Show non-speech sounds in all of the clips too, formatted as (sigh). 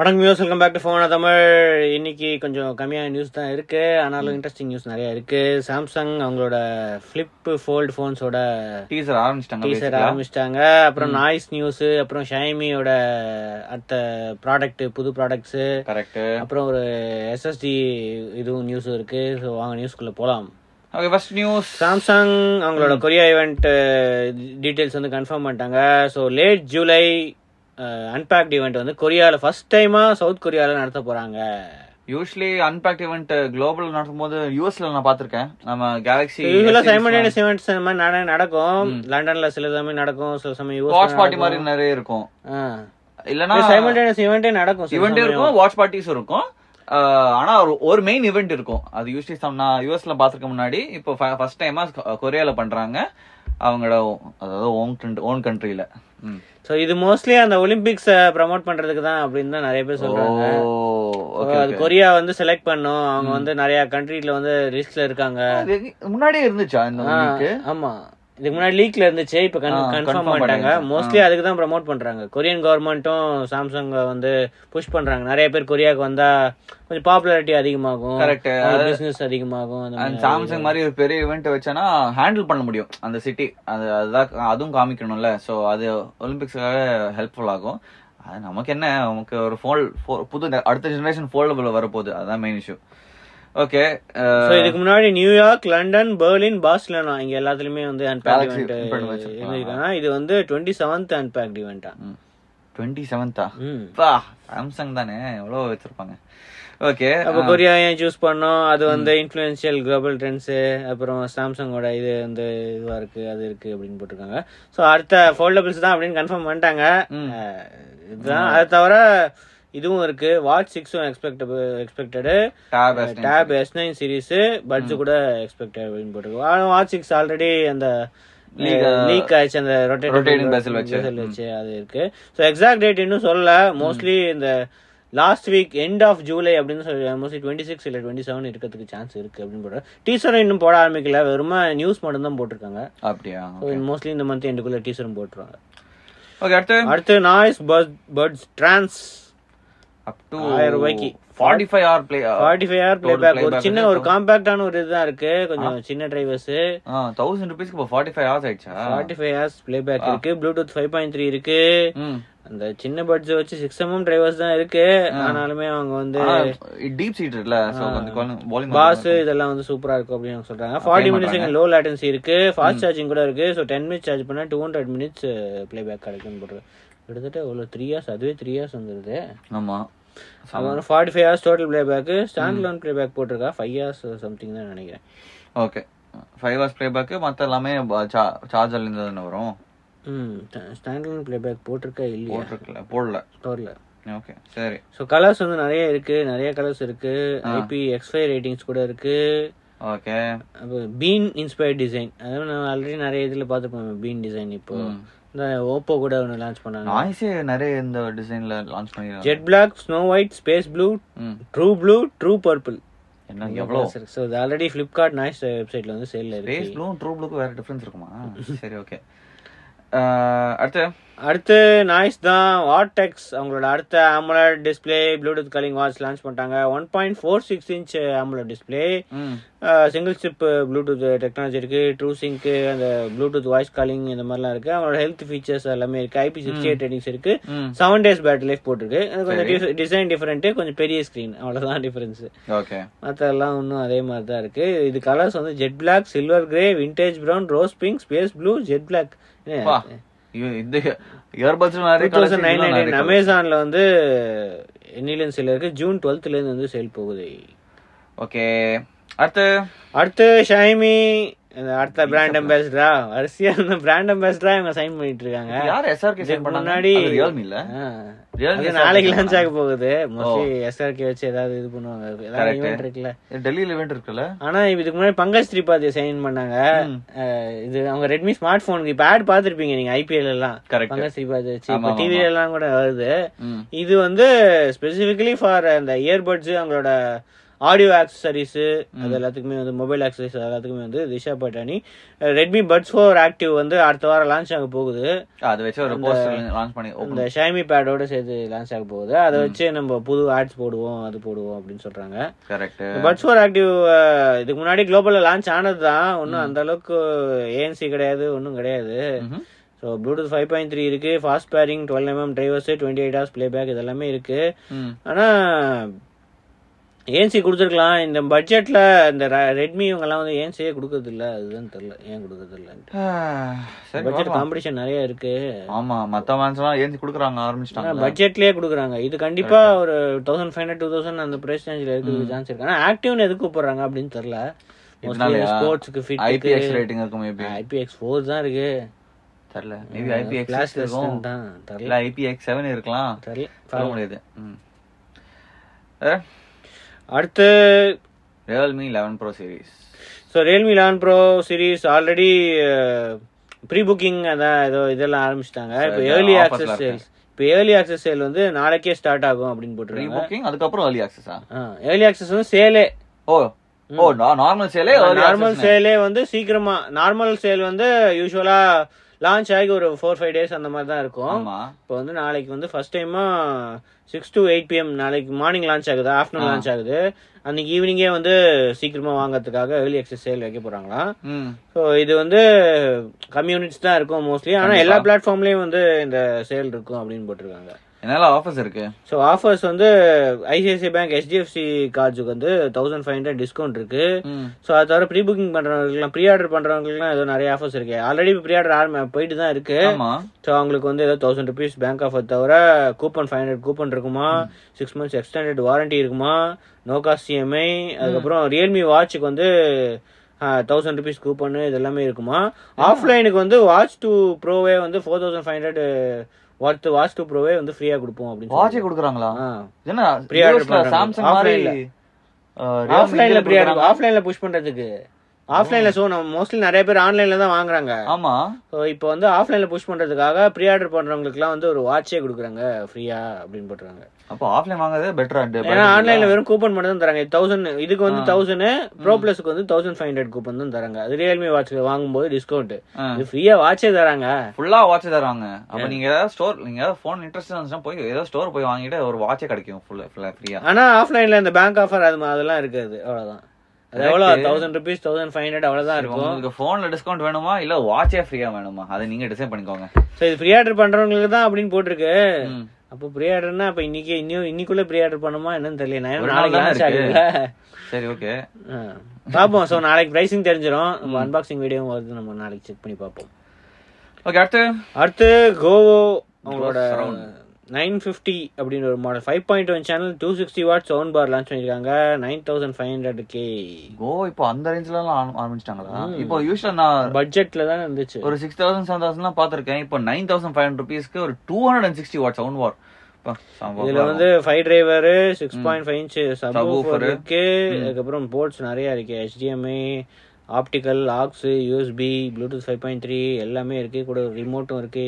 வணக்கம் news welcome back to ஃபோன தமிழ் இன்னைக்கு கொஞ்சம் கம்மியான நியூஸ் தான் இருக்கு ஆனாலும் இன்ட்ரெஸ்டிங் நியூஸ் நிறைய இருக்கு சாம்சங் அவங்களோட ஃபிளிப் ஃபோல்டு ஃபோன்ஸோட டீசர் ஆரம்பிச்சிட்டாங்க டீசர் basically-ஆ. ஆரம்பிச்சிட்டாங்க அப்புறம் நாய்ஸ் நியூஸ் அப்புறம் ஷைமியோட அடுத்த ப்ராடக்ட் புது ப்ராடக்ட்ஸ் கரெக்ட் அப்புறம் ஒரு எஸ்எஸ்டி இதுவும் நியூஸ் இருக்கு ஸோ வாங்க நியூஸ்க்குள்ள போலாம் ஓகே ஃபர்ஸ்ட் நியூஸ் சாம்சங் அவங்களோட கொரியா ஈவெண்ட் டீடைல்ஸ் வந்து கன்ஃபார்ம் பண்ணிட்டாங்க so late July unpacked event வந்து கொரியாவில் ஃபர்ஸ்ட் டைமாக சவுத் கொரியாவில் நடத்த போகிறாங்க யூஸ்வலி அன்பேக்ட் இவெண்ட் குளோபல் நடக்கும் போது யூஎஸ்ல நான் பாத்திருக்கேன் நம்ம கேலக்ஸி யூஸ்வலாக சைமண்டேனியஸ் ஈவெண்ட்ஸ் இந்த மாதிரி நட- நடக்கும் லண்டனில் சில சமயம் நடக்கும் சில சமயம் வாட்ச் பார்ட்டி யூஸ் மாதிரி நிறைய இருக்கும் இல்லனா சைமண்டேனியஸ் ஈவெண்ட்டே நடக்கும் சில இவெண்ட் சமயம். இருக்கும் வாட்ச் பார்ட்டிஸ் இருக்கும் அஹ், ஆனா ஒரு- ஒரு மெயின் இவெண்ட் இருக்கும் அது யூஸ்வலி நான் யூஎஸ்ல பாத்திருக்க முன்னாடி இப்போ ஃபர்ஸ்ட் டைமா கொரியால பண்றாங்க அவங்களோட own- அதாவது ஓன் ஓன் கண்ட்ரியில ஸோ இது மோஸ்ட்லி அந்த ஒலிம்பிக்ஸை ப்ரமோட் பண்ணுறதுக்கு தான் அப்படின்னு தான் நிறைய பேர் சொல்கிறாங்க அது கொரியா வந்து செலக்ட் பண்ணும் அவங்க வந்து நிறைய கண்ட்ரீல வந்து ரிஸ்க்ல இருக்காங்க முன்னாடியே இருந்துச்சா இந்த ஆ, week? ஆமா இதுக்கு முன்னாடி லீக்ல இருந்துச்சு இப்ப ஆ, confirm கன்ஃபார்ம் பண்ணிட்டாங்க பண்ணிட்டாங்க. மோஸ்ட்லி அதுக்கு தான் ப்ரோமோட் பண்றாங்க கொரியன் கவர்மெண்ட்டும் சாம்சங் வந்து புஷ் பண்றாங்க நிறைய பேர் கொரியாக்கு வந்தா கொஞ்சம் பாப்புலாரிட்டி அதிகமாகும் Correct. பிசினஸ் அதிகமாகும் அந்த அண்ட் மாதிரி. சாம்சங் மாதிரி ஒரு பெரிய இவெண்ட் வச்சேன்னா ஹேண்டில் பண்ண முடியும் அந்த சிட்டி அது அதுதான் அதுவும் காமிக்கணும்ல ஸோ அது ஒலிம்பிக்ஸ்க்காக ஹெல்ப்ஃபுல் ஆகும் அது நமக்கு என்ன நமக்கு ஒரு ஃபோல் புது அடுத்த ஜெனரேஷன் ஃபோல்டபுள் வரப்போகுது அதுதான் main issue okay uh, So, இதுக்கு முன்னாடி நியூயார்க் லண்டன் பெர்லின் பார்சிலோனா இங்க எல்லாத்துலயுமே வந்து அன்பேக் Galaxy print பண்ணி வச்சிருக்காங்க. இவெண்ட் இது வந்து டுவெண்ட்டி செவன்த் அன்பேக் இவெண்டா டுவெண்ட்டி செவன்த்தா ம் பா சாம்சங் தானே எவ்வளோ வச்சிருப்பாங்க ஓகே அப்போ கொரியா ஏன் சூஸ் பண்ணோம் அது வந்து இன்ஃப்ளூயன்ஷியல் குளோபல் ட்ரெண்ட்ஸ் அப்புறம் சாம்சங்கோட இது வந்து இதுவா இருக்கு அது இருக்கு அப்படின்னு போட்டிருக்காங்க ஸோ அடுத்த ஃபோல்டபிள்ஸ் தான் அப்படின்னு கன்ஃபார்ம் பண்ணிட்டாங்க ம். அஹ், இதுதான் அது தவிர இதுவும் இருக்கு வாட்ச் சிக்ஸும் expectable expected tab tab S nine series பட்ஜு Hmm. கூட எக்ஸ்பெக்டட் அப்படின்னு போட்டிருக்கோம் ஆனால் வாட்ச் சிக்ஸ் ஆல்ரெடி அந்த Leak, அஹ், லீக் ஆயிடுச்சு அந்த ரொட்டேட்டிங் rotating bezel வச்சு. Hmm. பெசல் வச்சு அது இருக்கு ஸோ எக்ஸாக்ட் டேட் இன்னும் சொல்லல மோஸ்ட்லி Hmm. இந்த last week end of July அப்படின்னு சொல்லி மோஸ்ட்லி டுவெண்ட்டி சிக்ஸ் இல்லை டுவெண்ட்டி செவன் இருக்கிறதுக்கு சான்ஸ் இருக்கு அப்படின்னு போடுறேன் டீசரும் இன்னும் போட ஆரம்பிக்கல வெறும நியூஸ் மட்டும் தான் போட்டிருக்காங்க அப்படியா மோஸ்ட்லி இந்த மந்த் எண்டுக்குள்ள டீசரும் போட்டுருவாங்க ஓகே அடுத்து அடுத்து Noise bud buds trance up to ஆயிரம் ரூபாய்க்கு. Forty five hour play forty five hour Total back ஒரு playback சின்ன ஒரு காம்பேக்டான ஒரு இதுதான் இருக்கு கொஞ்சம் சின்ன டிரைவர்ஸ் தௌசண்ட் ருபீஸ்க்கு இப்போ ஃபார்ட்டி ஃபைவ் ஹவர்ஸ் ஆயிடுச்சா ஃபார்ட்டி ஃபைவ் ஹவர்ஸ் பேக் இருக்கு ப்ளூடூத் ஃபைவ் பாயிண்ட் த்ரீ இருக்கு ம் அந்த சின்ன பட்ஸ் வச்சு சிக்ஸ் எம்எம் டிரைவர்ஸ் தான் இருக்கு ஆனாலுமே அவங்க வந்து டீப் சீட் இல்ல சோ கொஞ்சம் bowling பாஸ் இதெல்லாம் வந்து சூப்பரா இருக்கும் அப்படின்னு அவங்க சொல்றாங்க ஃபார்ட்டி மினிட்ஸ் லோ லேட்டன்சி இருக்கு ஃபாஸ்ட் சார்ஜிங் கூட இருக்கு ஸோ டென் மினிட்ஸ் சார்ஜ் பண்ணா two hundred minutes play back கிடைக்கும்னு போடுறது கிட்டத்தட்ட ஒரு த்ரீ ஹவர்ஸ் அதுவே த்ரீ ஹவர்ஸ் வந்துருது ஆமா அவன் forty five hours total play back standalone play back போட்டிருக்கா ஃபைவ் ஹவர்ஸ் சம்திங் தான் நினைக்கிறேன் okay five hours play back மத்த எல்லாமே சார்ஜர்ல இருந்து தானே வரும் ம் ஸ்டாண்ட் லோன் ப்ளே பேக் போட்டிருக்கா இல்லையா போட்டிருக்கல போடல ஸ்டோரில் ஓகே சரி ஸோ கலர்ஸ் வந்து நிறைய இருக்கு நிறைய கலர்ஸ் இருக்கு ஐபி எக்ஸ்பை ரேட்டிங்ஸ் கூட இருக்கு ஓகே பீன் இன்ஸ்பயர்ட் டிசைன் அதாவது நம்ம ஆல்ரெடி நிறைய இதில் பார்த்துருப்போம் பீன் டிசைன் இப்போ இந்த ஓப்போ கூட ஒன்று லான்ச் பண்ணாங்க நாய்ஸே நிறைய இந்த டிசைன்ல லான்ச் பண்ணிருக்காங்க jet black snow white space blue ம். ட்ரூ ப்ளூ ட்ரூ பர்பிள் என்ன எவ்வளவு ஸோ இது ஆல்ரெடி ஃப்ளிப்கார்ட் நாய்ஸ் வெப்சைட்ல வந்து சேல்ல இருக்கு பேஸ் ப்ளூ ட்ரூ ப்ளூக்கு வேற டிஃபரன்ஸ் (laughs) இருக்குமா சரி ஓகே அடுத்து அடுத்து நாய்ஸ் தான் வாட்டெக்ஸ் அவங்களோட அடுத்த AMOLED display Bluetooth calling watch launch பண்ணிட்டாங்க one point four six inch AMOLED display ம் சிங்கிள் ஸ்டிப் ப்ளூடூத் டெக்னாலஜி இருக்கு ட்ரூ சிங்க் அந்த ப்ளூடூத் வாய்ஸ் காலிங் இந்த மாதிரிலாம் இருக்கு அவங்களோட ஹெல்த் ஃபீச்சர்ஸ் எல்லாமே இருக்கு ஐபி சிக்ஸ்டி எயிட் ரேட்டிங்ஸ் இருக்கு ம். செவன் டேஸ் பேட்டரி லைஃப் போட்டிருக்கு அது கொஞ்சம் டிசைன் டிஃபரெண்ட் கொஞ்சம் பெரிய ஸ்க்ரீன் அவ்வளவுதான் டிஃபரன்ஸ் ஓகே மற்ற எல்லாம் இன்னும் அதே மாதிரி தான் இருக்கு இது கலர்ஸ் வந்து jet black silver grey vintage brown rose pink space blue jet black பா இது இயர்பட்ஸ் நிறைய டூ தௌசண்ட் நைன் நிறைய நைன் அமேசான்ல வந்து என்னிலும் சில இருக்கு ஜூன் டுவெல்த்ல இருந்து வந்து சேல் போகுது ஓகே அடுத்து அடுத்து ஷைமி இந்த அடுத்த பிராண்ட் அம்பாசிடரா வரிசையா அந்த பிராண்ட் அம்பாசிடரா இவங்க சைன் பண்ணிட்டு இருக்காங்க யார் எஸ்ஆர்கே சைன் பண்ணாங்க முன்னாடி முன்னாடி- ரியல்மி இல்ல ஆ. Realme அது SRK நாளைக்கு தான். லான்ச் ஆக போகுது மோஸ்ட்லி எஸ்ஆர்கே வச்சு ஏதாவது இது பண்ணுவாங்க ஏதாவது Correct. event இருக்குல்ல டெல்லியில இவெண்ட் இருக்குல்ல ஆனா இதுக்கு முன்னாடி பங்கஜ் திரிபாதி சைன் பண்ணாங்க அஹ், இது அவங்க ரெட்மி ஸ்மார்ட் போனுக்கு இப்ப ஆட் பாத்திருப்பீங்க நீங்க ஐபிஎல் எல்லாம் Correct. பங்கஜ் திரிபாதி வச்சு ஆமா, இப்ப ஆமா, டிவி எல்லாம் கூட வருது ம். இது வந்து ஸ்பெசிபிக்கலி ஃபார் அந்த இயர்பட்ஸ் அவங்களோட ஆடியோ ஆக்சசரிஸு அது எல்லாத்துக்குமே வந்து மொபைல் ஆக்சசரிஸ் எல்லாத்துக்குமே வந்து Disha Patani Redmi buds four active வந்து அடுத்த வாரம் லான்ச் ஆக போகுது அது வச்சு ஒரு போஸ்டர் லான்ச் பண்ணி இந்த open- ஷைமி பேடோட சேர்த்து லான்ச் ஆக போகுது அதை வச்சு நம்ம புது ஆட்ஸ் போடுவோம் அது போடுவோம் அப்படின்னு சொல்றாங்க correct பட்ஸ் ஃபார் ஆக்டிவ் இதுக்கு முன்னாடி குளோபல்ல லான்ச் ஆனது தான் ஒன்றும் அந்த அளவுக்கு ஏஎன்சி கிடையாது ஒன்றும் கிடையாது ம்ஹும். So Bluetooth five point three இருக்கு fast pairing twelve mm drivers twenty eight hours play back இதெல்லாமே இருக்கு ம் ஆனா ஏஎன்சி கொடுத்துருக்கலாம் இந்த பட்ஜெட்ல இந்த ரெட்மி இவங்கெல்லாம் வந்து ஏஎன்சியே கொடுக்கறது இல்ல அதுதான் தெரியல ஏன் கொடுக்கறது இல்ல ஆஹ், சரி பட்ஜெட் பார்க்கலாம். காம்படிஷன் நிறைய இருக்கு ஆமா மத்த மேன்ஸ் எல்லாம் ஏஞ்சி குடுக்குறாங்க ஆரம்பிச்சிட்டாங்க பட்ஜெட்லயே கொடுக்குறாங்க இது கண்டிப்பா ஒரு thousand five hundred two thousand அந்த பிரைஸ் ரேஞ்சில் இருக்கிறதுக்கு சான்ஸ் இருக்கு ஆனா ஆக்டிவ்னு எதுக்கு கூப்பிடுறாங்க அப்படின்னு தெரியல மோஸ்ட்லி இதனாலயா? ஸ்போர்ட்ஸ்க்கு ஃபிட் ஐபிஎக்ஸ் ரேட்டிங் இருக்கும் மேபி ஐபிஎக்ஸ் ஃபோர் தான் இருக்கு தெரியல மேபி ஐபிஎக்ஸ் கிளாஸ் இருக்கும் தான் இல்ல தெரியல ஐபிஎக்ஸ் செவன் இருக்கலாம் தெரியல சொல்ல முடியாது ம் வேற அடுத்து Realme eleven pro series so Realme eleven pro series already pre booking அதான் uh, ஏதோ இதெல்லாம் ஆரம்பிச்சிட்டாங்க இப்போ இது ஏர்லி offers ஆக்சஸ் ல இருக்கு. சேல்ஸ் இப்போ ஏர்லி ஆக்சஸ் சேல் வந்து நாளைக்கே ஸ்டார்ட் ஆகும் அப்படின்னு ப்ரீ போட்டுருக்காங்க புக்கிங் அதுக்கப்புறம் ஏர்லி ஆக்சஸா ஏர்லி ஆக்சஸ் வந்து சேலே ஓ ஓ நார்மல் சேலே நார்மல் சேலே வந்து சீக்கிரமா நார்மல் சேல் வந்து யூஸ்வலா லான்ச் ஆகி ஒரு ஃபோர் ஃபைவ் டேஸ் அந்த மாதிரி தான் இருக்கும் ஆமா இப்போ வந்து நாளைக்கு வந்து ஃபர்ஸ்ட் டைமா சிக்ஸ் to எயிட் pm நாளைக்கு மார்னிங் லான்ச் ஆகுது ஆஃப்டர்நூன் லான்ச் ஆகுது அன்னைக்கு ஈவினிங்கே வந்து சீக்கிரமா வாங்குறதுக்காக ஏர்லி ஆக்சஸ் சேல் வைக்க போறாங்களாம் ம் ஸோ இது வந்து கம்யூனிட்ஸ் தான் இருக்கும் மோஸ்ட்லி ஆனால் எல்லா பிளாட்ஃபார்ம்லேயும் வந்து இந்த சேல் இருக்கும் அப்படின்னு போட்டிருக்காங்க என்னால ஆஃபர்ஸ் இருக்கு ஸோ ஆஃபர்ஸ் வந்து ஐசிஐசிஐ பேங்க் HDFC கார்ட்ஸுக்கு வந்து தௌசண்ட் ஃபைவ் ஹண்ட்ரட் டிஸ்கவுண்ட் இருக்கு ம் ஸோ அது தவிர ப்ரீ புக்கிங் பண்ணுறவங்களுக்குலாம் ப்ரீ ஆர்டர் பண்ணுறவங்களுக்குலாம் ஏதோ நிறைய ஆஃபர்ஸ் இருக்கு ஆல்ரெடி ப்ரீ ஆர்டர் ஆரம்பி போயிட்டு தான் இருக்கு ஆமா ஸோ அவங்களுக்கு வந்து ஏதோ தௌசண்ட் ருபீஸ் பேங்க் ஆஃபர் தவிர கூப்பன் ஃபைவ் ஹண்ட்ரட் கூப்பன் இருக்குமா சிக்ஸ் மந்த்ஸ் எக்ஸ்டெண்டட் வாரண்டி இருக்குமா நோ காஸ்ட் சிஎம்ஐ அதுக்கப்புறம் ரியல்மி வாட்சுக்கு வந்து தௌசண்ட் ருபீஸ் கூப்பன் இது எல்லாமே இருக்குமா ஆஃப்லைனுக்கு வந்து வாட்ச் டூ ப்ரோவே வந்து four thousand five hundred watch watch two ப்ரோவே வந்து ஃப்ரீயாக கொடுப்போம் வாட்சே அப்படின்னு குடுக்குறாங்களா ஆ இது என்ன Pre-order US ல பண்றாங்க. சாம்சங் மாதிரி Offline ல. அஹ், Realme ஆஃப்லைன்ல இதுல ஃப்ரீயா குடுக்குறாங்க. இருக்கும் ஆஃப்லைன்ல புஷ் பண்றதுக்கு ஆஃப்லைன்ல சோ நம்ம மோஸ்ட்லி நிறைய பேர் ஆன்லைன்ல தான் வாங்குறாங்க ஆமா ஸோ இப்போ வந்து ஆஃப்லைன்ல புஷ் பண்றதுக்காக ப்ரீ ஆர்டர் பண்றவங்களுக்குலாம் வந்து ஒரு வாட்சே கொடுக்குறாங்க ஃப்ரீயா அப்படின்னு போட்டுறாங்க அப்போ ஆஃப்லைன் வாங்குறது ஏன்னா பெட்டரா ஆன்லைன்ல வெறும் கூப்பன் மட்டும் தான் தராங்க தௌசண்ட் இதுக்கு வந்து தௌசண்ட் ப்ரோ பிளஸ்க்கு வந்து தௌசண்ட் ஃபைவ் ஹண்ட்ரட் கூப்பன் தான் தராங்க அது ரியல்மி வாட்ச் வாங்கும்போது டிஸ்கவுண்ட் இது ஃப்ரீயா வாட்சே தராங்க ஃபுல்லா வாட்ச் தராங்க அப்ப நீங்க ஏதாவது ஸ்டோர் நீங்க ஏதாவது ஃபோன் இன்ட்ரெஸ்ட் இருந்துச்சுன்னா போய் ஏதாவது ஸ்டோர் போய் வாங்கிட்டு ஒரு வாட்சே கிடைக்கும் ஃபுல்லா ஃபுல்லா ஃப்ரீயா ஆனா ஆஃப்லைன்ல இந்த பேங்க் ஆஃபர் அது மா- அதெல்லாம் இருக்காது அவ்வளவுதான் அது எவ்வளோ thousand rupees thousand five hundred அவ்வளோதான் இருக்கும் உங்களுக்கு ஃபோன்ல டிஸ்கவுண்ட் வேணுமா இல்ல வாட்சே ஃப்ரீயா வேணுமா அதை நீங்க டிசைட் பண்ணிக்கோங்க ஸோ இது ஃப்ரீ ஆர்டர் பண்றவங்களுக்கு தான் அப்படின்னு போட்டிருக்கு ம். அப்போ ப்ரீ ஆர்டர்னா அப்போ இன்னைக்கு இன்னும் இன்னைக்குள்ள ப்ரீ ஆர்டர் பண்ணுமா என்னன்னு தெரியல நான் ஒரு ஏன்னா நாள் நாளைக்கு லான்ச் தானே ஆகுதுல இருக்கு. சரி ஓகே ஆ. பார்ப்போம் ஸோ நாளைக்கு ப்ரைஸிங் தெரிஞ்சிடும் நம்ம அன்பாக்சிங் வீடியோ வருது நம்ம நாளைக்கு செக் பண்ணி பார்ப்போம் ஓகே அடுத்து அடுத்து கோவோ அவங்களோட surround. நைன் ஃபிஃப்டி அப்படின்னு ஒரு model five point one channel two sixty watt sound bar launch பண்ணியிருக்காங்க நைன் தௌசண்ட் ஃபைவ் ஹண்ட்ரட் கே கோ இப்போ அந்த ரேஞ்ச்ல எல்லாம் ஆரம்- ஆரம்பிச்சிட்டாங்களா இப்போ யூஸ்வலா நான் பட்ஜெட்டில் தான் இருந்துச்சு ஒரு சிக்ஸ் தௌசண்ட் செவன் தௌசண்ட்லாம் பார்த்துருக்கேன் இப்போ நைன் தௌசண்ட் ஃபைவ் ஹண்ட்ரட் ருபீஸ்க்கு ஒரு two hundred and sixty watt sound bar இதுல வந்து five driver six point five inch Subwoofer. Subwoofer இருக்கு அதுக்கப்புறம் போர்ட்ஸ் நிறைய இருக்கு HDMI optical aux USB Bluetooth five point three எல்லாமே இருக்கு கூட ஒரு ரிமோட்டும் இருக்கு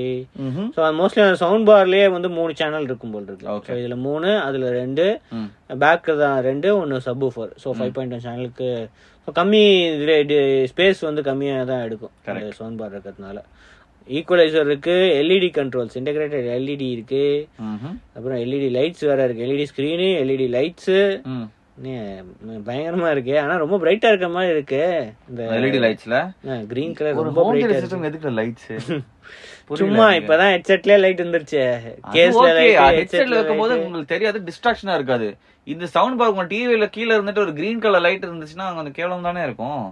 ம்ஹும். ஸோ மோஸ்ட்லி அந்த சவுண்ட் பார்லயே வந்து மூணு சேனல் இருக்கும் போல் இருக்கு Okay. ஸோ இதுல மூணு அதுல ரெண்டு ம். பேக் தான் ரெண்டு ஒன்று subwoofer so five point one சேனலுக்கு ஸோ கம்மி ஸ்பேஸ் வந்து கம்மியாக தான் எடுக்கும் சவுண்ட் பார் இருக்கிறதுனால ஈக்குவலைசர் இருக்கு E LED controls integrated LED E இருக்கு ம்ஹும். அப்புறம் எல்இடி லைட்ஸ் வேற இருக்கு E LED screen LED lights ம் பயங்கரமா இருக்கு ஆனா ரொம்ப பிரைட்டா இருக்க மாதிரி இருக்கு இந்த எல்இடி லைட்ஸ்ல கிரீன் கலர் E ஒரு ரொம்ப ஹோம் பிரைட்டா தியேட்டர் இருக்கு சிஸ்டம் எதுக்கு லைட்ஸ் (laughs) சும்மா இப்பதான் ஹெட்செட்ல லைட் வந்துருச்சு கேஸ்ல லைட் ஹெட்செட்ல இருக்கும்போது உங்களுக்கு தெரியாது டிஸ்ட்ராக்ஷனா இருக்காது இந்த சவுண்ட் பார் உங்க டிவில கீழ இருந்துட்டு ஒரு கிரீன் கலர் லைட் இருந்துச்சுன்னா அங்க அந்த கேவலம் தானே இருக்கும்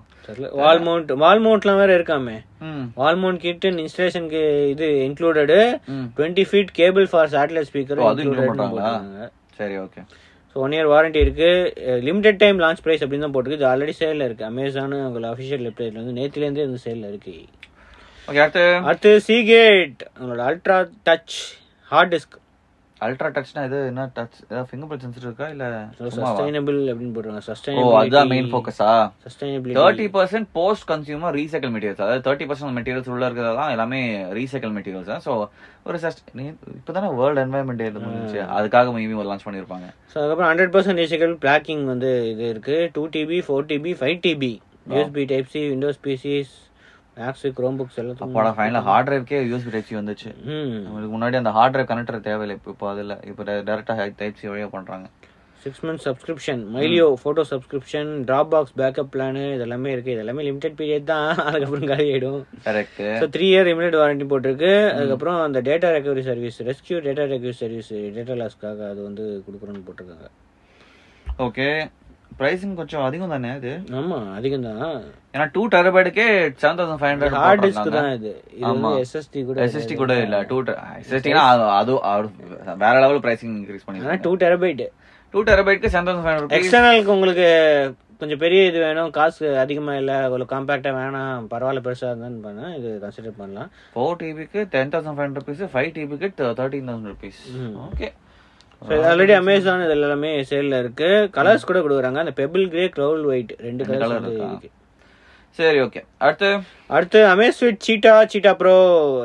வால் மவுண்ட் வால் மவுண்ட்லாம் வேற இருக்காமே ம் வால் மவுண்ட் கிட் இன்ஸ்டலேஷனுக்கு இது இன்க்ளூடடு ம். Twenty feet cable for satellite speaker ஓ, அது include பண்றாங்களா? சரி okay so one year warranty இருக்கு லிமிடெட் டைம் லான்ச் பிரைஸ் அப்படின்னு தான் போட்டுருக்கு இது ஆல்ரெடி சேல்ல இருக்கு அமேசான் உங்களோட அஃபிஷியல் வெப்சைட்ல வந்து நேத்திலேருந்தே இந்த சேல்ல இருக்கு ஓகே அடுத்து அடுத்து சீகேட் உங்களோட ultra touch hard disk ultra டச்னா இது என்ன டச் ஏதாவது ஃபிங்கர் பிரிண்ட் சென்சர் இருக்கா இல்ல சும்மாவா? சஸ்டைனபிள் அப்படின்னு போட்டுருங்க ஓ சஸ்டைனபிள் அதுதான் மெயின் ஃபோக்கஸா thirty sustainability percent post consumer recycle materials அதாவது தேர்ட்டி பர்சன்ட் மெட்டீரியல்ஸ் உள்ள இருக்கிறதா எல்லாமே ரீசைக்கிள் மெட்டீரியல்ஸ் தான் ஸோ ஒரு சஸ்ட் இப்போதானே வேர்ல்டு என்வாயன்மெண்ட் இது முடிஞ்சு அதுக்காக மேபி ஒரு லான்ச் பண்ணியிருப்பாங்க ஸோ அதுக்கப்புறம் ஹண்ட்ரட் பர்சன்ட் ரீசைக்கிள் பிளாக்கிங் வந்து இது இருக்கு two TB four TB five TB USB type C Windows PCs Macs Chromebooks அப்பாடா எல்லாத்துக்கும் ஃபைனலாக ஹார்ட் டிரைவ்க்கே யூஎஸ்பி டைப் சி வந்துச்சு ம் நம்மளுக்கு முன்னாடி அந்த ஹார்ட் டிரைவ் கனெக்டர் தேவையில்லை இப்போ இப்போ அதில் இப்போ டேரெக்டாக டைப் சி வழியாக பண்ணுறாங்க six month subscription Mylio photo subscription Dropbox backup plan இது எல்லாமே இருக்கு இது எல்லாமே லிமிடெட் பீரியட் தான் (laughs) அதுக்கப்புறம் காலி ஆயிடும் correct so three year immediate warranty போட்டிருக்கு அதுக்கப்புறம் அந்த data recovery service rescue data recovery service data லாஸ்க்காக அது வந்து கொடுக்குறோன்னு போட்டிருக்காங்க ஓகே ப்ரைஸிங் கொஞ்சம் அதிகம் தானே இது ஆமா அதிகம் தான் ஏன்னா டூ டெரபைடுக்கே seven thousand five hundred hard disk தான் இது இது ஆமா. வந்து எஸ்எஸ்டி கூட எஸ்எஸ்டி கூட இல்ல டூ எஸ்எஸ்டினா அது அது வேற லெவல் பிரைசிங் இன்க்ரீஸ் ஆனால் பண்ணிருக்காங்க டூ டெரபைட் டூ டெரபைட்க்கு செவன் தௌசண்ட் ஃபைவ் ஹண்ட்ரட் எக்ஸ்டர்னலுக்கு உங்களுக்கு கொஞ்சம் பெரிய இது வேணும் காசு அதிகமா இல்ல ஒரு காம்பேக்டா வேணாம் பரவாயில்ல பெருசா இருந்தான்னு பண்ணா இது கன்சிடர் பண்ணலாம் ஃபோர் டிபிக்கு ten thousand five hundred rupees five டிபிக்கு thirteen thousand rupees okay already Amazon இது எல்லாமே சேல்ல இருக்கு கலர்ஸ் கூட கொடுக்குறாங்க அந்த பெபிள் கிரே கிரவுல் ஒயிட் ரெண்டு கலர்ஸ் colour வந்து இருக்கா? இருக்கு சரி ஓகே அடுத்து அடுத்து Amazfit Cheetah Cheetah pro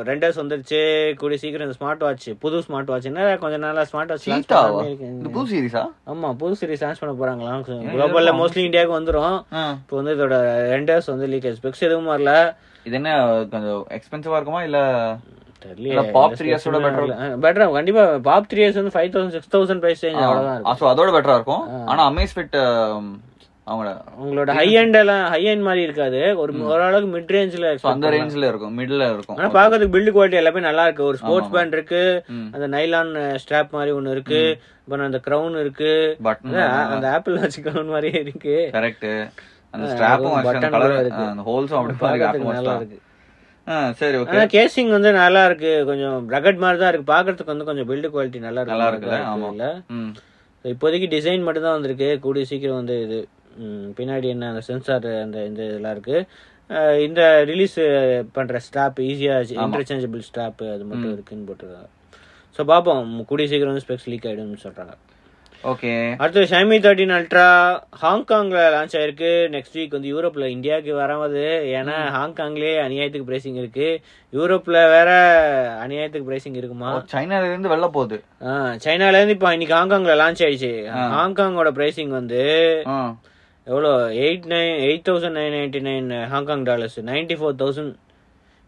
renders வந்துருச்சு கூடிய சீக்கிரம் இந்த ஸ்மார்ட் வாட்ச் புது ஸ்மார்ட் வாட்ச் என்ன கொஞ்ச நாளா ஸ்மார்ட் சீட்டாவா வாட்ச் இது புது சீரிஸா ஆமா புது சீரிஸ் லான்ச் பண்ண போறாங்களா குளோபல்ல மோஸ்ட்லி இந்தியாவுக்கு வந்துரும் இப்போ வந்து இதோட ரெண்டர்ஸ் வந்து லீக்கேஜ் ஸ்பெக்ஸ் எதுவும் வரல இது என்ன கொஞ்சம் எக்ஸ்பென்சிவா இருக்குமா இல்ல தெரியல இல்ல, pop three years ஓட better. பெட்டரா கண்டிப்பா பாப் த்ரீ இயர்ஸ் வந்து five thousand six thousand price அவ்வளவுதான் இருக்கும் ஸோ அதோட பெட்டரா இருக்கும் ஆனா அமேஸ் ஃபிட் அவங்களோட உங்களோட ஹை எண்ட் எல்லாம் ஹை எண்ட் மாதிரி இருக்காது ஒரு ஓரளவுக்கு மிட் ரேஞ்சில் ஸோ அந்த ரேஞ்சில் இருக்கும் மிடில் இருக்கும் ஆனா பாக்குறதுக்கு பில்டு குவாலிட்டி எல்லாமே நல்லா இருக்கு ஒரு ஸ்போர்ட்ஸ் பேண்ட் இருக்கு ம். அந்த நைலான் ஸ்ட்ராப் மாதிரி ஒன்னு இருக்கு அப்புறம் அந்த கிரவுன் இருக்கு பட்டன் அதான், அந்த ஆப்பிள் வாட்ச் கிரவுன் மாதிரியே இருக்கு கரெக்ட் அந்த அதுவும் ஸ்ட்ராப்பும் button கலர் கூட இருக்கு. அந்த ஹோல்ஸும் அப்படி பார்க்கறதுக்கு நல்லா பாருங்க இருக்கு சரி ஓகே ஆனா கேசிங் வந்து நல்லா இருக்கு கொஞ்சம் ரகட் மாதிரி தான் இருக்கு பாக்குறதுக்கு வந்து கொஞ்சம் பில்டு குவாலிட்டி நல்லா இருக்கு நல்லா இருக்குல்ல? ஆமா. இல்ல ம் So, இப்போதைக்கு டிசைன் மட்டும் தான் வந்திருக்கு கூடிய சீக்கிரம் வந்து இது ம், பின்னாடி என்ன அந்த சென்சார் அந்த இந்த இதெல்லாம் இருக்கு அஹ், இந்த ரிலீஸ் பண்ற ஸ்டாப் ஈஸியா இன்டர்சேஞ்சபிள் ஸ்டாப் அது மட்டும் இருக்குன்னு போட்டிருக்காங்க ஸோ பார்ப்போம் கூடிய சீக்கிரம் வந்து ஸ்பெக்ஸ் லீக் ஆயிடும்னு சொல்றாங்க ஓகே அடுத்து ஷைமி தேர்ட்டின் அல்ட்ரா ஹாங்காங்ல லான்ச் ஆயிருக்கு நெக்ஸ்ட் வீக் வந்து யூரோப்ல இந்தியாவுக்கு வராது ஏன்னா ஹாங்காங்லயே அநியாயத்துக்கு பிரைசிங் இருக்கு யூரோப்ல வேற அநியாயத்துக்கு பிரைசிங் இருக்குமா சைனால இருந்து வெளில போகுது ஆ, சைனால இருந்து இப்ப இன்னைக்கு ஹாங்காங்ல லான்ச் ஆயிடுச்சு ஹாங்காங்கோட பிரைசிங் வந்து ஆ. எவ்வளோ eight nine eight thousand nine ninety nine Hong Kong dollars ninety four thousand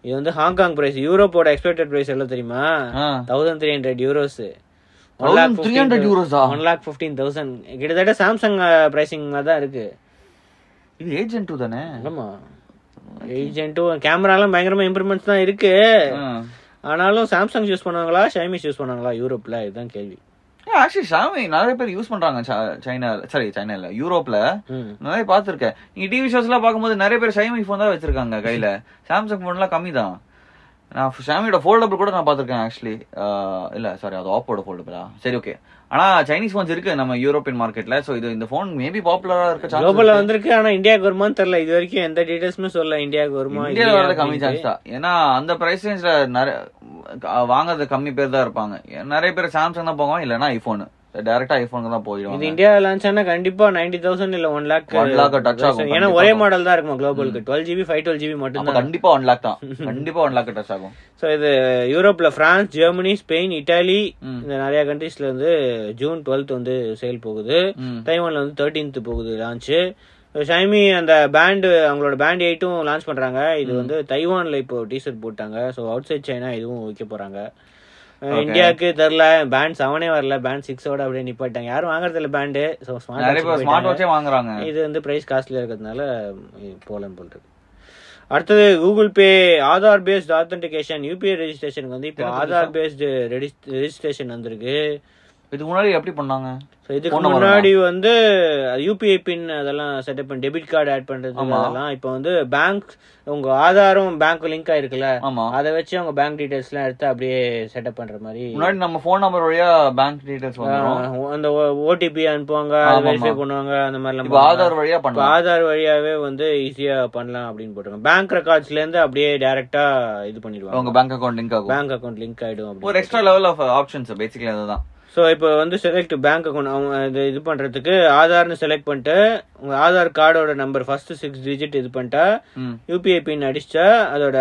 இது வந்து ஹாங்காங் பிரைஸ் யூரோப்போட எக்ஸ்பெக்டட் பிரைஸ் எவ்வளோ தெரியுமா ஆ. Thousand three hundred euros one 1300 euros ஆ? ஒன் லேக் ஃபிஃப்டீன் தௌசண்ட் கிட்டத்தட்ட சாம்சங் பிரைசிங் மாதிரி தான் இருக்கு இது ஏஜென்ட் தானே ஆமா ஏஜென்ட்டு கேமராலாம் பயங்கரமா இம்ப்ரூவ்மெண்ட்ஸ் தான் இருக்கு ஆ. ஆனாலும் சாம்சங் யூஸ் பண்ணுவாங்களா ஷைமி யூஸ் பண்ணுவாங்களா யூரோப்ல இதுதான் கேள்வி ஏன், actually சாமி நிறைய பேர் யூஸ் பண்றாங்க ச- சைனால சாரி சைனால யூரோப்ல ம் நிறைய பார்த்திருக்கேன் நீங்க டிவி ஷோஸ் எல்லாம் பார்க்கும்போது நிறைய பேர் ஷைமி ஃபோன் தான் வச்சிருக்காங்க கையில சாம்சங் ஃபோன் எல்லாம் கம்மி தான் நான் ஷாமியோட ஃபோல்டபிள் கூட நான் பார்த்திருக்கேன் ஆக்சுவலி இல்ல சாரி அது ஆப்போட ஃபோல்டபிளா சரி ஓகே ஆனா சைனீஸ் ஃபோன்ஸ் இருக்கு நம்ம யூரோப்பியன் மார்க்கெட்ல சோ இது இந்த ஃபோன் மேபி பாப்புலரா இருக்க சான்ஸ் குளோபல்ல வந்திருக்கு ஆனா இந்தியாவுக்கு வருமான்னு தெரியல இது வரைக்கும் எந்த டீடைல்ஸுமே சொல்லல இந்தியாவுக்கு வருமா இந்தியால இல்லையா வர்றது கம்மி அப்படின்ட்டு. சான்ஸ் தான் ஏன்னா அந்த பிரைஸ் ரேஞ்ச்ல நிறைய அஹ் வாங்குறது கம்மி பேர் தான் இருப்பாங்க நிறைய பேர் சாம்சங் தான் போவாங்க இல்லனா ஐபோன் டைரக்டா ஐபோனுக்கு தான் இது போயிடுவாங்க இந்தியா லான்ச் ஆனா கண்டிப்பா நைன்டி தௌசண்ட் இல்ல ஒன் லேக் 1 lakh touch ஆகும், ஏன்னா கண்டிப்பா ஒரே ஆகும். மாடல் தான் இருக்குமா குளோபலுக்கு twelve GB five twelve GB மட்டும் நம்ம தான் கண்டிப்பா ஒன் லேக் தான் கண்டிப்பா ஒன் லேக் டச் ஆகும் ஸோ இது யூரோப்ல பிரான்ஸ் ஜெர்மனி ஸ்பெயின் இட்டாலி ம். இந்த நிறைய கண்ட்ரீஸ்ல இருந்து ஜூன் டுவெல்த் வந்து சேல் போகுது ம். தைவான்ல வந்து தேர்ட்டீன்த் போகுது லான்ச் ஷைமி அந்த பேண்டு அவங்களோட பேண்ட் எயிட்டும் லான்ச் பண்றாங்க இது வந்து தைவான்ல இப்போ டீசர்ட் போட்டாங்க ஸோ அவுட் சைட் சைனா இதுவும் விற்க போறாங்க அஹ் இந்தியாவுக்கு தெரில பேண்ட் செவனே வரல பேண்ட் சிக்ஸோட அப்படியே நிப்பாட்டாங்க யாரும் வாங்குறது இல்ல பேண்டு ஸோ நிறைய பேர் ஸ்மார்ட் வாட்சே வாங்குறாங்க இது வந்து பிரைஸ் காஸ்ட்லியா இருக்கிறதுனால போலன்னு போல் இருக்கு அடுத்தது Google Pay Aadhaar based authentication UPI ரெஜிஸ்ட்ரேஷனுக்கு வந்து இப்போ ஆதார் பேஸ்டு ரெஜிஸ்ட்ரேஷன் வந்திருக்கு இதுக்கு முன்னாடி எப்படி பண்ணாங்க ஸோ இதுக்கு Phone number முன்னாடி வந்து யூபிஐ பின் அதெல்லாம் செட்டப் பண்ணி டெபிட் கார்டு ஆட் பண்றது ஆமா. அதெல்லாம் இப்போ வந்து பேங்க் உங்க ஆதாரும் பேங்க் லிங்க் ஆயிருக்குல்ல ஆமா அதை வச்சு அவங்க பேங்க் டீடைல்ஸ் எல்லாம் எடுத்து அப்படியே செட்டப் பண்ற மாதிரி முன்னாடி நம்ம ஃபோன் நம்பர் வழியா பேங்க் டீடைல்ஸ் வந்துரும் ஆஹ் அந்த ஓடிபி அனுப்புவாங்க ஆமா, வெரிஃபை ஆமா. பண்ணுவாங்க அந்த மாதிரிலாம் இப்போ பண்ணுவாங்க. ஆதார் வழியா இப்போ பண்ணலாம் ஆதார் வழியாவே வந்து ஈஸியா பண்ணலாம் அப்படின்னு போட்டிருக்காங்க பேங்க் ரெக்கார்ட்ஸ்ல இருந்து அப்படியே டைரக்டா இது பண்ணிடுவாங்க உங்க பேங்க் அக்கவுண்ட் லிங்க் ஆகும் பேங்க் அக்கவுண்ட் லிங்க் ஆயிடும் ஒரு அப்படின்னு extra level of options basically அதுதான் ஸோ இப்போ வந்து செலக்ட் பேங்க் அக்கௌண்ட் அவங்க இது இது பண்ணுறதுக்கு ஆதார்னு செலக்ட் பண்ணிட்டு உங்கள் ஆதார் கார்டோட நம்பர் ஃபஸ்ட்டு சிக்ஸ் டிஜிட் இது பண்ணிட்டா ம் யூபிஐ பின் அடிச்சா அதோட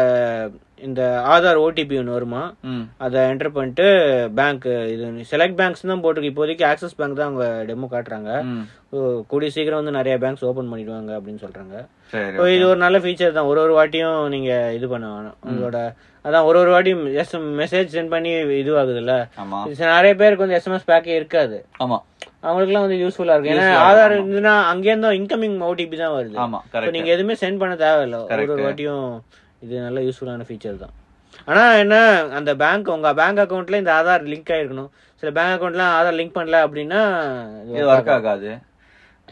இந்த ஆதார் ஓடிபி ஒன்று வருமா ம் அதை என்டர் பண்ணிட்டு பேங்க் இது செலக்ட் பேங்க்ஸ் தான் போட்டிருக்கு இப்போதைக்கு ஆக்சிஸ் பேங்க் தான் அவங்க டெமோ காட்டுறாங்க ம் So, கூடிய சீக்கிரம் வந்து நிறைய பேங்க்ஸ் ஓப்பன் பண்ணிடுவாங்க அப்படின்னு சொல்றாங்க சரி ஸோ இது ஒரு நல்ல ஃபீச்சர் தான் ஒரு ஒரு வாட்டியும் நீங்க இது பண்ண வேணாம் உங்களோட அதான் ஒரு ஒரு வாட்டியும் ஜஸ்ட் மெசேஜ் சென்ட் பண்ணி இதுவாகுதுல்ல ஆமா இது நிறைய பேருக்கு வந்து எஸ்எம்எஸ் பேக்கே இருக்காது ஆமா அவங்களுக்குலாம் வந்து யூஸ்ஃபுல்லா இருக்கும் ஏன்னா Useful ஆ ஆதார் இருக்கும், இருந்துன்னா அங்கேருந்தும் இன்கமிங் ஓடிபி தான் வருது ஆமா So, கரெக்ட் நீங்க எதுவுமே சென்ட் பண்ண தேவையில்ல ஒரு ஒரு Correct. வாட்டியும் இது நல்ல யூஸ்ஃபுல்லான ஃபீச்சர் தான் ஆனா என்ன அந்த பேங்க் உங்க பேங்க் அக்கவுண்ட்ல இந்த ஆதார் லிங்க் ஆயிருக்கணும் சில பேங்க் அக்கவுண்ட்லாம் ஆதார் லிங்க் பண்ணல அப்படின்னா இது இது ஒர்க் ஆகாது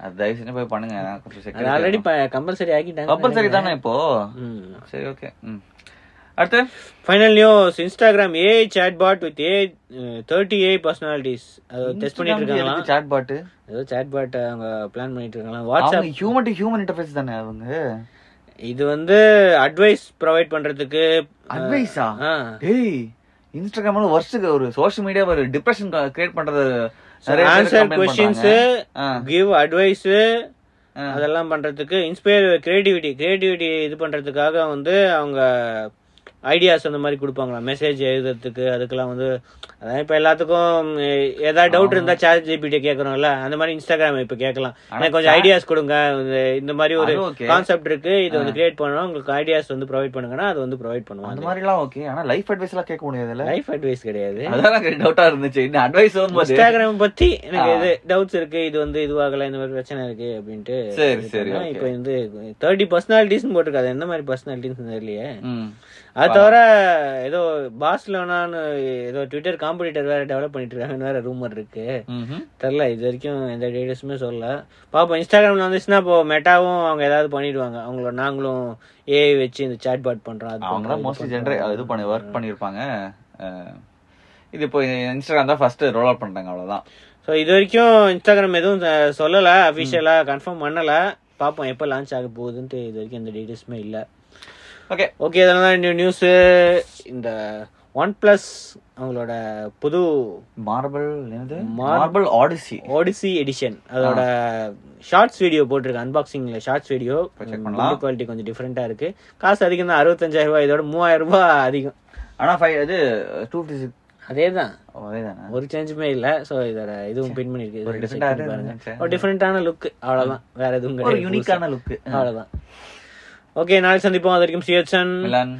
அது தயவு செஞ்சு போய் பண்ணுங்க நான் கொஞ்சம் அது security ஆல்ரெடி வேணும். கம்பல்சரி ஆக்கிட்டாங்க கம்பல்சரி தானே இப்போ ம். சரி ஓகே ம் அடுத்து final news Instagram A chatbot with A thirty A personalities test பண்ணிட்டு இருக்காங்களா சாட் பாட்டு ஏதோ சேட்பாட் அவங்க பிளான் பண்ணிட்டு இருக்காங்களா வாட்ஸ்அப் அவங்க ஹியூமன் டு ஹியூமன் இன்டர்ஃபேஸ் தானே அவங்க இது வந்து அட்வைஸ் ப்ரொவைட் பண்றதுக்கு அட்வைஸா ஆ. டேய் இன்ஸ்டாகிராம்ல வருஷத்துக்கு ஒரு சோஷியல் மீடியா ஒரு டிப்ரெஷன் கிரியேட் பண்றது நிறைய பேர் ஆன்சர் complaint கொஸ்டின்ஸ் பண்றாங்க. ஆ. கிவ் அட்வைஸ் ஆ. அதெல்லாம் பண்றதுக்கு இன்ஸ்பயர் கிரியேட்டிவிட்டி கிரியேட்டிவிட்டி இது பண்றதுக்காக வந்து அவங்க ஐடியாஸ் அந்த மாதிரி கொடுப்பாங்களா மெசேஜ் எழுதுறதுக்கு அதுக்கெல்லாம் வந்து அதான் இப்போ எல்லாத்துக்கும் எ- ஏதாவது டவுட் இருந்தா சார்ஜ் ஜிபிடி கேட்கறோம்ல அந்த மாதிரி இன்ஸ்டாகிராம் இப்போ கேட்கலாம் எனக்கு கொஞ்சம் ஐடியாஸ் கொடுங்க இந்த- இந்த மாதிரி ஒரு அது okay. கான்செப்ட் இருக்கு இது வந்து கிரியேட் பண்ணணும் உங்களுக்கு ஐடியாஸ் வந்து ப்ரொவைட் பண்ணுங்கன்னா அது வந்து ப்ரொவைட் அந்த பண்ணுவாங்க மாதிரி எல்லாம் ஓகே ஆனா லைஃப் அட்வைஸ் எல்லாம் கேட்க முடியாதுல்ல லைஃப் அட்வைஸ் கிடையாது அதான் டவுட்டா இருந்துச்சு இந்த அட்வைஸ் வரும்போது இன்ஸ்டாகிராம் பத்தி எனக்கு ஆ. இது டவுட்ஸ் இருக்கு இது வந்து இதுவாகல இந்த மாதிரி பிரச்சனை இருக்கு அப்படின்ட்டு சரி, சரி, பண்ணா, okay. இப்ப வந்து தேர்ட்டி பர்சனாலிட்டிஸ் போட்டிருக்காது எந்த மாதிரி பர்சனாலிட்டிஸ் தெரியலையே ம். அது தவிர ஏதோ பார்சலோனான்னு ஏதோ ட்விட்டர் காம்படிட்டர் வேற டெவலப் பண்ணிட்டு இருக்காங்கன்னு வேற ரூமர் இருக்கு ம்ஹும். தெரில இது வரைக்கும் எந்த டீடைல்ஸுமே சொல்லல பாப்போம் இன்ஸ்டாகிராம்ல வந்துச்சுன்னா இப்போ மெட்டாவும் அவங்க ஏதாவது பண்ணிடுவாங்க அவங்கள நாங்களும் ஏஐ வச்சு இந்த சாட் பாட் பண்றோம் அது அவங்க பண்றோம், தான் இது மோஸ்ட்லி பண்றோம். ஜென்ரே இது பண்ணி ஒர்க் பண்ணியிருப்பாங்க அஹ், இது இப்போ இன்ஸ்டாகிராம் தான் ஃபர்ஸ்ட் ரோல் அவுட் பண்ணிட்டாங்க அவ்வளவுதான் ஸோ இது வரைக்கும் இன்ஸ்டாகிராம் எதுவும் அஹ், சொல்லல அஃபிஷியலா கன்ஃபார்ம் பண்ணல பாப்போம் எப்போ லான்ச் ஆக போகுதுன்ட்டு இது வரைக்கும் எந்த டீடைல்ஸுமே இல்லை ஓகே ஓகே இதெல்லாம் தான் நியூ நியூஸு இந்த ஒன் ப்ளஸ் அவங்களோட புது மார்பிள் என்னது மார்பிள் ஆடிசி ஓடிசி எடிஷன் அதோட ஷார்ட்ஸ் வீடியோ போட்டிருக்கு அன்பாக்சிங்ல ஷார்ட்ஸ் வீடியோ check பண்ணலாம். குவாலிட்டி கொஞ்சம் டிஃப்ரெண்டா இருக்கு காசு அதிகம் தான் அறுபத்தஞ்சாயிரம் ரூபாய் இதோட மூவாயிரம் ரூபாய் அதிகம் ஆனா ஃபைவ் இது டூ ஃபிஃப்டி சிக்ஸ் அதே தான் அதேதானே ஒரு சேஞ்சுமே இல்ல சோ இதோட இதுவும் பின் பண்ணிருக்கு ஒரு இது check different பண்ணி ஆ பாருங்க. இருந்துச்சு. ஒரு டிஃப்ரெண்டான லுக் அவ்வளவுதான் வேற எதுவும் ஒரு கிடையாது புதுசா. யூனிக்கான லுக் அவ்வளவுதான் ஓகே நாளை சந்திப்போம் அது வரைக்கும் சிஎச்என் மிலான்